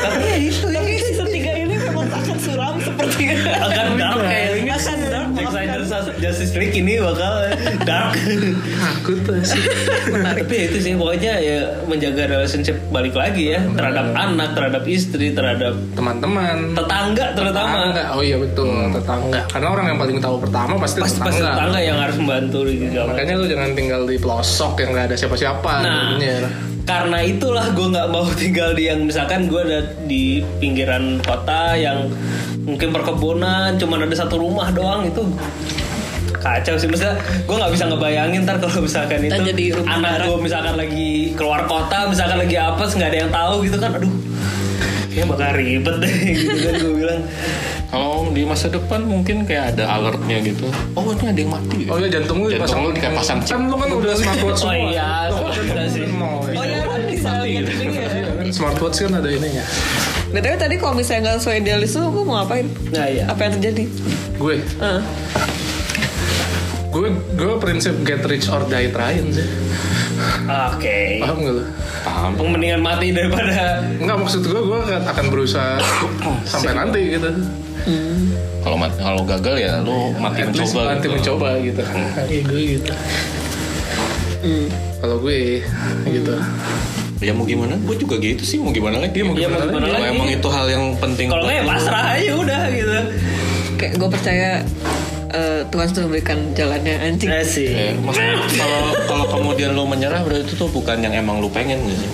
tapi ya itu. Tapi season tiga ini memang akan ya. suram seperti agak dark kayak Insider Justice League ini bakal dark. Takut sih. Tapi ya itu sih pokoknya ya menjaga relationship balik lagi ya terhadap anak, terhadap istri, terhadap Teman-teman. tetangga terutama. Tetangga. Oh iya betul, tetangga. Karena orang yang paling tahu pertama pasti Pas pas tetangga. tetangga yang harus membantu gitu. Makanya lu jangan tinggal di pelosok yang nggak ada siapa-siapa. Nah. jadinya. karena itulah gue nggak mau tinggal di yang misalkan gue ada di pinggiran kota yang mungkin perkebunan cuman ada satu rumah doang itu kacau sih misalnya gue nggak bisa ngebayangin ntar kalau misalkan itu Ntar jadi rumah anak barat. gue misalkan lagi keluar kota misalkan lagi apa nggak ada yang tahu gitu kan aduh ya bakal ribet deh gitu kan gue bilang Kalau di masa depan mungkin kayak ada alertnya gitu. Oh ini ada yang mati. Oh iya jantung lu Jantung dipasang lu kayak pasang chip. Kan lu kan udah smartwatch oh semua. iya sudah sih Mau, Oh ya, kan bisa lihat ini ya. Iya kan, Smartwatch kan ada ininya. Btw tadi kalau misalnya nggak sesuai idealis tuh, gue mau ngapain? nah ya Apa yang terjadi? Gue, Heeh. gue, gue prinsip get rich or die trying sih. oke Paham gak lu? Paham. mendingan mati daripada Enggak maksud gue, gue akan akan berusaha sampai nanti gitu. Kalau mat- kalau gagal ya lu mati At least mencoba. nanti gitu. mencoba gitu. Kayak gue gitu. Hmm. Kalau gue gitu. Ya mau gimana? Gue juga gitu sih. Mau gimana lagi? Mau Iya, mau gimana Kalau lagi? emang itu hal yang penting. kalau nggak ya pasrah aja udah gitu Kayak gue percaya eh, Tuhan sudah memberikan jalannya anjing. Nah sih Ya, maksudnya kalau kalau kemudian lu menyerah berarti itu tuh bukan yang emang lu pengen gitu.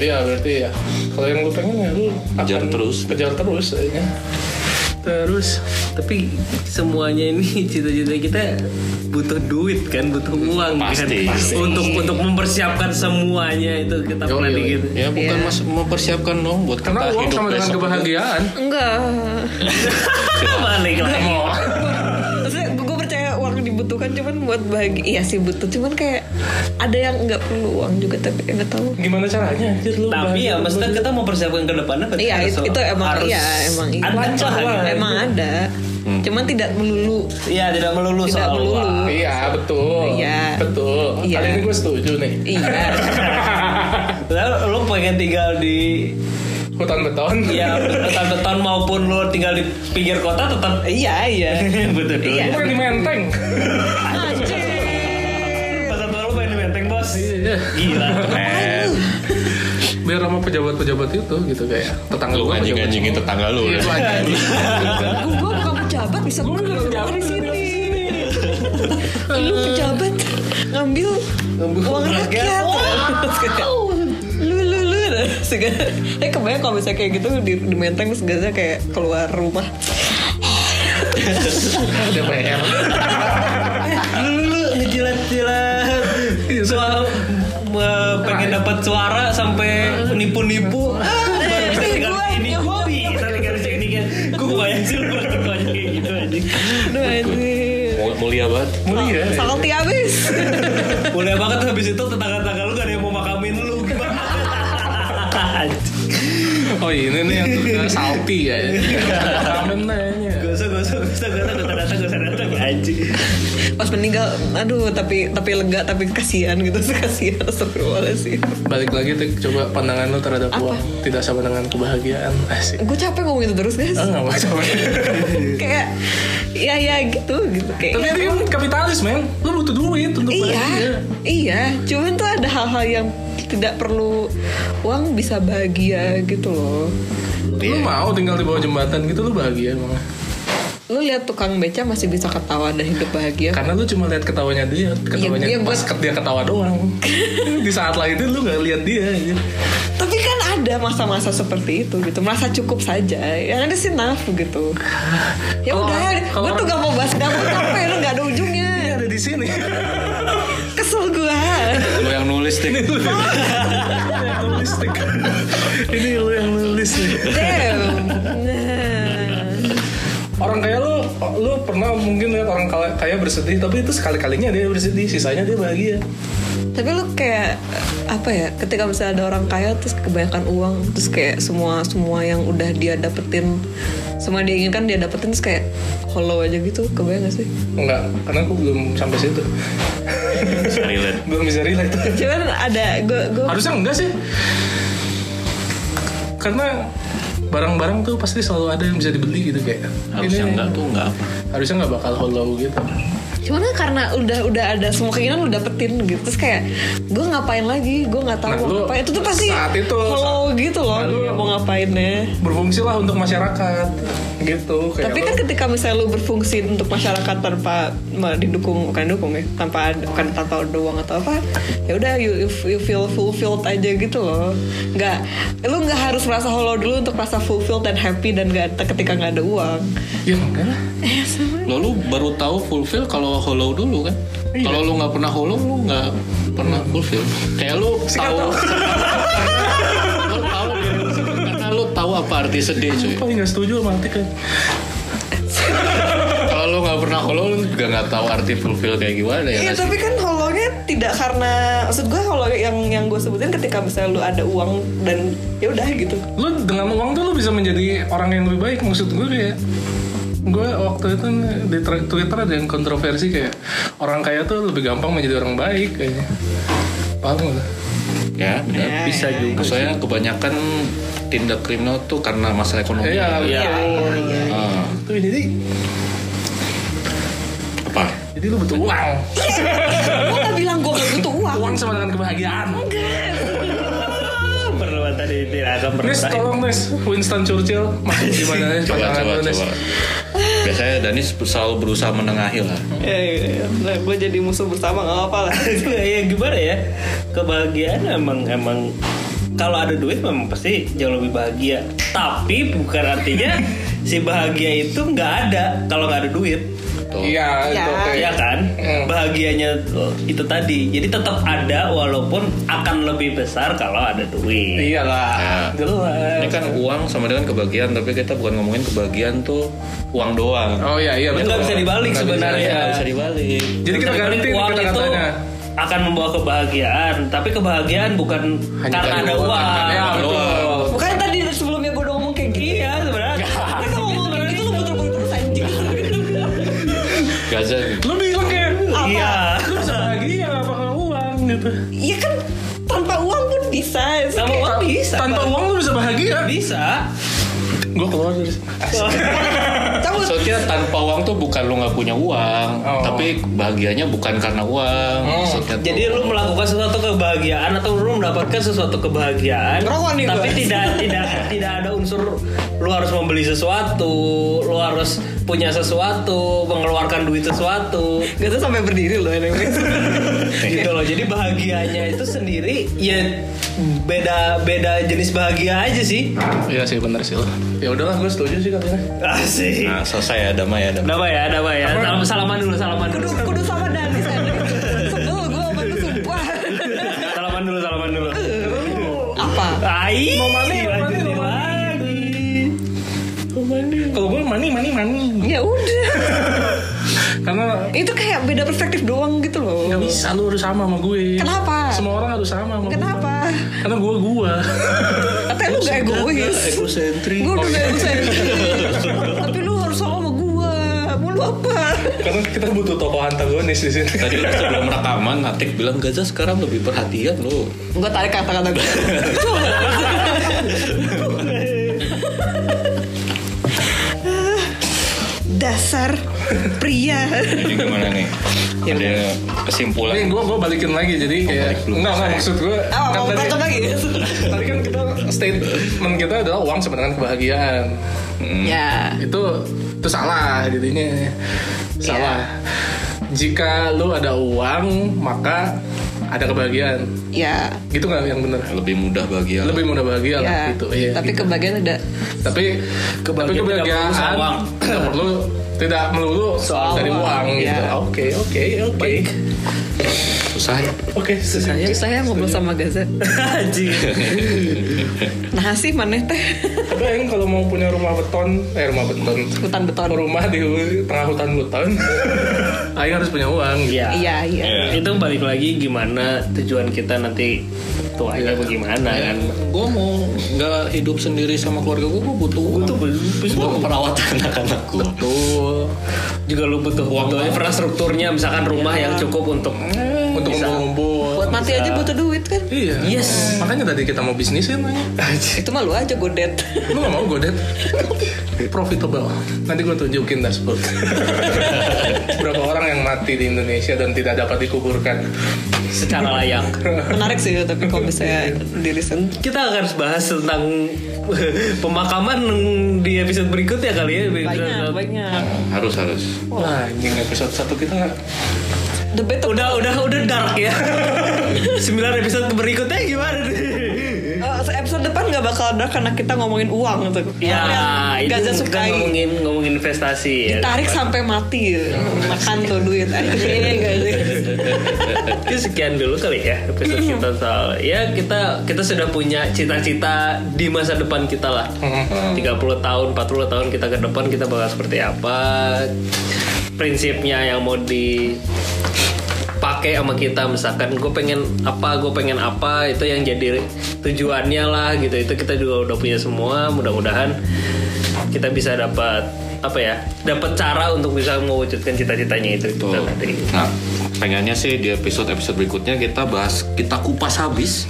Iya berarti ya. Kalau yang lu pengen ya lu Kejar akan terus. Kejar terus. Ya. Terus, tapi semuanya ini cita-cita kita butuh duit kan, butuh uang Pasti. kan, Pasti. untuk untuk mempersiapkan semuanya itu Yoi, kita planning yoi. gitu. Ya bukan Iya. mas mempersiapkan dong buat Karena kita uang hidup sama dengan besok. kebahagiaan. Enggak. Balik lagi. Maksudnya gue percaya uang dibutuhkan cuman buat bahagia. Iya sih butuh, cuman kayak ada yang nggak perlu uang juga tapi nggak tahu. Gimana caranya? Anjir lu. Tapi ya maksudnya kita mempersiapkan ke depannya berarti Iya harus- itu, itu emang harus iya emang iya. ada pelan. Emang ada. Cuman tidak melulu. Iya, tidak melulu Tidak soal melulu. uang. Iya betul. Iya. Betul. Iya. Kali ini gue setuju nih. Iya. Lalu lu pengen tinggal di Hutan beton. Iya. ya beton-beton maupun lu tinggal di pinggir kota tetap Iya iya. butuh duit. Iya. Bukan di menteng. Pasar tua lu pengen di Menteng, Bos. Iya. Gila. Eh, Iya, Biar sama pejabat-pejabat itu gitu kayak tetangga lu gue anjing pejabat. anjingin tetangga lu. ya? Iya, gua anjing. gue bukan pejabat bisa gue di sini Eh. lu pejabat ngambil uang rakyat Wow. lu lu lu segala eh kebayang kalau misalnya kayak gitu di, di menteng segala kayak keluar rumah DPR. lu ngejilat-jilat Iya. soal eh, pengen dapat suara sampai nipu-nipu ah, baru bisa Eh, tinggal gua, ini ya, gua. hobi bisa tinggal di sini kan gue kebayang sih lu bakal banyak kayak gitu aja aduh anjir Mul- Mulia banget. Mulia. ya. salty abis boleh banget habis itu tetangga-tetangga lu gak ada yang mau makamin lu gimana Oh ini nih yang udah salty ya. Ramen ya, nanya. Gak usah, gak usah, gak usah, gak usah, gak usah datang, gak usah datang, anjing. pas meninggal aduh tapi tapi lega tapi kasihan gitu kasihan astagfirullahaladzim Balik lagi tuh coba pandangan lu terhadap uang tidak sama dengan kebahagiaan. Asik. gue capek ngomong itu terus guys Ah, nggak apa-apa. kayak ya ya gitu gitu kayak Tapi ini kan kapitalis men. Lu butuh duit untuk ya? Iya, bahagia. iya. Cuman tuh ada hal-hal yang tidak perlu uang bisa bahagia gitu loh. Iya. Lu mau tinggal di bawah jembatan gitu lu bahagia emang. Lu lihat tukang beca masih bisa ketawa dan hidup bahagia. Karena lu cuma lihat ketawanya dia, ketawanya Iya. dia pas buat- ket- dia ketawa doang. di saat lainnya lu nggak lihat dia. iya. anjir. Tapi kan ada masa-masa seperti itu gitu. Merasa cukup saja. Yang ada sih nafsu gitu. Ya Kan. Kalau- udah, kalau- Iya, gue tuh gak mau bahas kamu capek lu gak ada ujungnya. Dia ada di sini. Kesel gue. Lu yang nulis deh. Realistik. Ini lu yang nulis nih. Damn. Nah. Orang kaya lu, lu pernah mungkin lihat orang kaya, kaya bersedih, tapi itu sekali kalinya dia bersedih, sisanya dia bahagia. Tapi lu kayak apa ya? Ketika misalnya ada orang kaya terus kebanyakan uang, terus kayak semua semua yang udah dia dapetin, semua yang dia inginkan dia dapetin terus kayak hollow aja gitu, kebayang gak sih? Enggak, karena aku belum sampai situ. Relate. belum bisa relate. Cuman ada gue gue Harusnya enggak sih. Karena barang-barang tuh pasti selalu ada yang bisa dibeli gitu kayak harusnya enggak tuh enggak apa harusnya nggak bakal hollow gitu Cuman kan karena udah udah ada semua keinginan udah dapetin gitu Terus kayak gue ngapain lagi Gue nggak tahu Nah, lu mau ngapain Itu tuh pasti saat itu, follow gitu loh Gue mau ngapainnya berfungsi lah untuk masyarakat gitu kayak Tapi kan lo- ketika misalnya lu berfungsi untuk masyarakat tanpa ma- didukung bukan dukung ya, tanpa ada- bukan tanpa ada uang atau apa, ya udah you, you, you feel fulfilled aja gitu loh. Nggak, lu nggak harus merasa hollow dulu untuk merasa fulfilled dan happy dan nggak ketika nggak ada uang. ya enggak lah. lalu Nah, baru tahu fulfill kalau hollow dulu kan kalau lu nggak pernah hollow lu nggak pernah fulfill kayak lu tahu lu tahu karena lu tahu apa arti sedih cuy paling nggak setuju sama arti kan kalau lu nggak pernah hollow lu juga nggak tahu arti fulfill kayak gimana ya Iya, nggak sih? tapi kan hollownya tidak karena maksud gue hollow yang yang gue sebutin ketika misalnya lu ada uang dan ya udah gitu. lu dengan uang tuh lu bisa menjadi orang yang lebih baik maksud gue kayak gue waktu itu di tra- Twitter ada yang kontroversi kayak orang kaya tuh lebih gampang menjadi orang baik kayaknya paham gak? ya benar bisa juga Maksudnya kebanyakan tindak kriminal tuh karena masalah ekonomi Iya, Iya. betul. Ah, Tuh, jadi apa jadi lu butuh uang gue nggak bilang gue nggak butuh uang. uang sama dengan kebahagiaan perluan tadi diragam Nis perluan tolong Nis Winston Churchill ya? masuk di mana Nis coba pandangan coba lu, Nis? coba biasanya Danis selalu berusaha menengahi lah Ya, ya, ya. Nah, gue jadi musuh bersama nggak apa-apa lah. ya gimana ya kebahagiaan emang emang kalau ada duit memang pasti jauh lebih bahagia tapi bukan artinya si bahagia itu nggak ada kalau nggak ada duit Tuh. Iya, Ya. itu oke. ya kan Hmm. bahagianya itu tadi jadi tetap ada walaupun akan lebih besar kalau ada duit Iya lah, ini jelas. kan uang sama dengan kebahagiaan tapi kita bukan ngomongin kebahagiaan tuh uang doang Oh iya iya itu betul. nggak bisa dibalik Nggak bisa. sebenarnya Nggak bisa dibalik Jadi kita Tapi kan ganti uang kita itu katanya. akan membawa kebahagiaan tapi kebahagiaan bukan Hanya karena dari ada uang, uang, Iya, karena ada betul. Bukan tadi sebelumnya gue udah ngomong kayak gini ya, iya sebenarnya Kita ngomong kayak gitu lu puter-puter terus anjing Gaza Lu bilang kayak iya lu bisa bahagia nggak pakai uang gitu. Iya kan tanpa uang pun bisa sama uang bisa Tanpa Pak. uang lu bisa bahagia. bisa Gue keluar dari sini. Cabut Maksudnya tanpa uang tuh bukan lu nggak punya uang, Oh. tapi bahagianya bukan karena uang. Maksudnya tuh- jadi lu melakukan sesuatu kebahagiaan atau lu mendapatkan sesuatu kebahagiaan Ngerokok nih tapi gua. tidak tidak tidak ada unsur lu harus membeli sesuatu lu harus punya sesuatu mengeluarkan duit sesuatu Gak tuh sampai berdiri loh anyway gitu loh jadi bahagianya itu sendiri ya beda beda jenis bahagia aja sih Iya sih benar sih lo. Ya udahlah gue setuju sih katanya. asik Nah, selesai ya damai ya damai. Damai ya, damai ya. Salam, salaman dulu, salaman dulu. Kudu, kudu sama Dani sana Sebel gue sama lu sumpah Salaman dulu, salaman dulu. Eh, Apa? Ai, Mau mandi, mau mandi, lanjutin mau lagi. Kalau gue mani mani mani. Ya udah Karena Itu kayak beda perspektif doang gitu loh nggak bisa lu harus sama sama gue. Kenapa? Semua orang harus sama sama. gue. Kenapa? Karena gue gue. Katanya lu gak egois Egosentrik. Gue udah gak egois Tapi lu harus sama sama gue Mau lu apa? Karena kita butuh tokoh antagonis di sini. Tadi lu sebelum rekaman Atik bilang Gaza sekarang lebih perhatian lu. Gue tarik kata-kata gue. Dasar pria. Jadi gimana nih? Iya, Ada Ini kesimpulan. gue gue balikin lagi jadi kayak dulu. enggak enggak maksud gue Oh, kan mau tadi, berantem lagi? tadi kan kita statement kita adalah uang sama dengan kebahagiaan ya. itu itu salah jadinya salah Iya. jika lu ada uang maka ada kebahagiaan Ya. gitu nggak yang bener Lebih mudah bahagia. lebih mudah bahagia lah Ya. gitu iya Tapi kebagian ada tapi tapi tidak kebahagiaan perlu soal uang. tidak perlu tidak melulu soal Soal dari uang, uang iya. gitu oke oke oke susah ya. oke Iya, saya setuju. saya ya ngobrol sama Gaza. Anjing. Nah sih maneh teh Tapi yang kalau mau punya rumah beton, eh rumah beton, hutan beton. rumah di hu- tengah hutan hutan, Aing harus punya uang. gitu. Iya. Iya iya. Itu balik lagi gimana tujuan kita nanti tuanya bagaimana kan. Gue mau nggak hidup sendiri sama keluarga gue, gue butuh uang. Itu buat Iya. perawat anak-anak gue. Tuh, juga lu butuh waktu infrastrukturnya misalkan rumah yang cukup untuk untuk Bisa. ngumpul-ngumpul. Buat mati aja butuh duit kan Iya. Yes. Makanya tadi kita mau bisnisin aja. itu mah lu aja godet Lu gak mau godet? Profitable. Nanti gue tunjukin dashboard. Berapa orang yang mati di Indonesia dan tidak dapat dikuburkan. secara layak. menarik sih tapi kalau misalnya di listen Kita akan bahas tentang pemakaman di episode berikutnya kali ya. banyak banyak harus harus Wah, anjing episode 1 kita debat tuh Udah udah udah dark ya. 9 episode berikutnya gimana? nih? Eh, episode depan nggak bakal ada karena kita ngomongin uang gitu Ya, Kalian itu Gaza kita sukai ngomongin ngomongin investasi ya. tarik sampai mati gitu. makan tuh duit Iya, anjing nggak sih? Itu sekian dulu kali ya episode kita soal ya kita kita sudah punya cita-cita di masa depan kita lah. 30 tahun, 40 tahun kita ke depan kita bakal seperti apa? Prinsipnya yang mau di pakai sama kita misalkan gue pengen apa gue pengen apa itu yang jadi tujuannya lah gitu itu kita juga udah punya semua mudah-mudahan kita bisa dapat apa ya dapat cara untuk bisa mewujudkan cita-citanya itu Tuh. kita nanti Nah, pengennya sih di episode-episode berikutnya kita bahas, kita kupas habis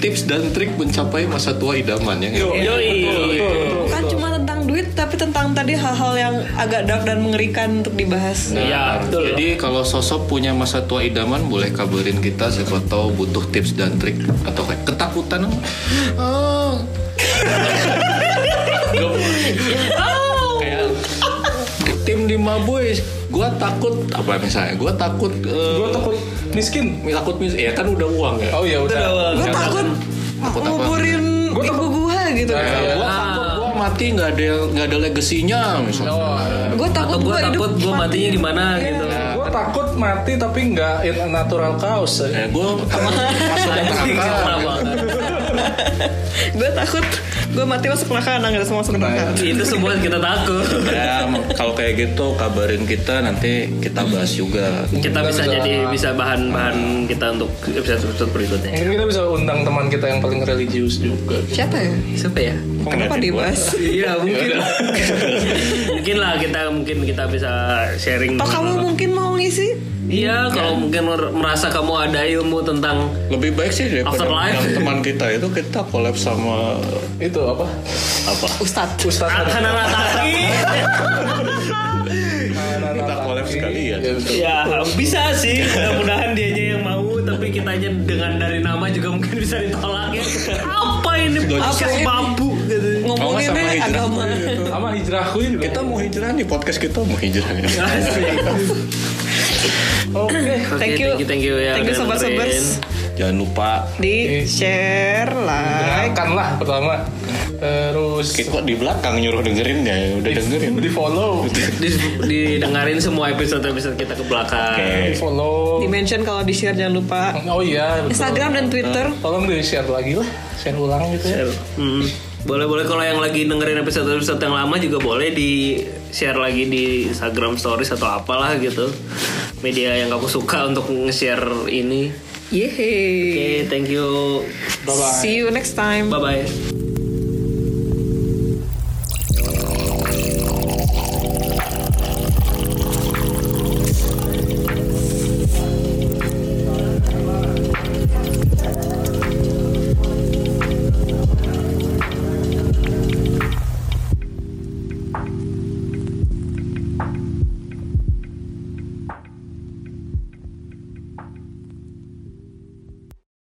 tips dan trik mencapai masa tua idaman ya. Iya, nggak? Yoi. bukan cuma tentang duit tapi tentang tadi hal-hal yang agak dark dan mengerikan untuk dibahas Iya, betul. Jadi kalau sosok punya masa tua idaman boleh kabarin kita siapa tahu butuh tips dan trik atau kayak ketakutan. Oh. Kayak tim di Maboy, gua takut apa misalnya? Gua takut eh, gue takut miskin. takut mis- ya kan udah uang ya. Oh iya udah. gue takut Takut apa? nguburin Gua ibu gue gitu Eh, Gua takut gua mati nggak ada nggak ada legasinya misalnya. Oh, gue Atau takut gue gue takut gue matinya di mana gitu. gue takut mati tapi nggak in a natural cause. Eh, gua takut masuk Anjing, neraka. parah banget. gue takut gue mati masuk neraka anak gak semua masuk neraka Itu semua kita takut. Ya, kalau kayak gitu kabarin kita nanti kita bahas juga. Kita bisa jadi bisa bahan-bahan kita untuk episode-episode berikutnya. Mungkin kita bisa undang teman kita yang paling religius juga. siapa ya Siapa ya? kenapa dibahas Iya mungkin. mungkin lah kita mungkin kita bisa sharing. atau kamu mungkin mau ngisi Iya kalau mungkin merasa kamu ada ilmu tentang Lebih baik sih daripada Afterlife. yang teman kita itu kita collab sama Itu apa? Ah. apa? Ustadz Ustaz Hananataki. Kita collab sekalian. Ya, betul. ya bisa sih. Mudah-mudahan dia aja yang mau tapi kita aja dengan dari nama juga mungkin bisa ditolak ya. Apa ini? Apa ini? babu gitu. sama ngomonginnya hijrah. agama Sama hijrah queen juga. Kita mau hijrah nih podcast kita mau hijrah. ya. Asik. Oh, Oke. thank you thank you, ya thank you udah sobat sobat dengerin. Jangan lupa di share like Gerakan lah pertama. Terus kita kok di belakang nyuruh dengerin ya, udah dengerin. di follow. Di- didengarin semua episode episode kita ke belakang. Di Oke. follow. di mention kalau di share jangan lupa Oh iya. betul. Instagram dan Twitter Tolong di share lagi lah. Share ulang gitu ya. Mm. boleh boleh kalau yang lagi dengerin episode episode yang lama juga boleh di share lagi di Instagram Stories atau apalah gitu media yang aku suka untuk nge-share ini. yehe Oke, thank you. Bye bye. see you next time Bye bye.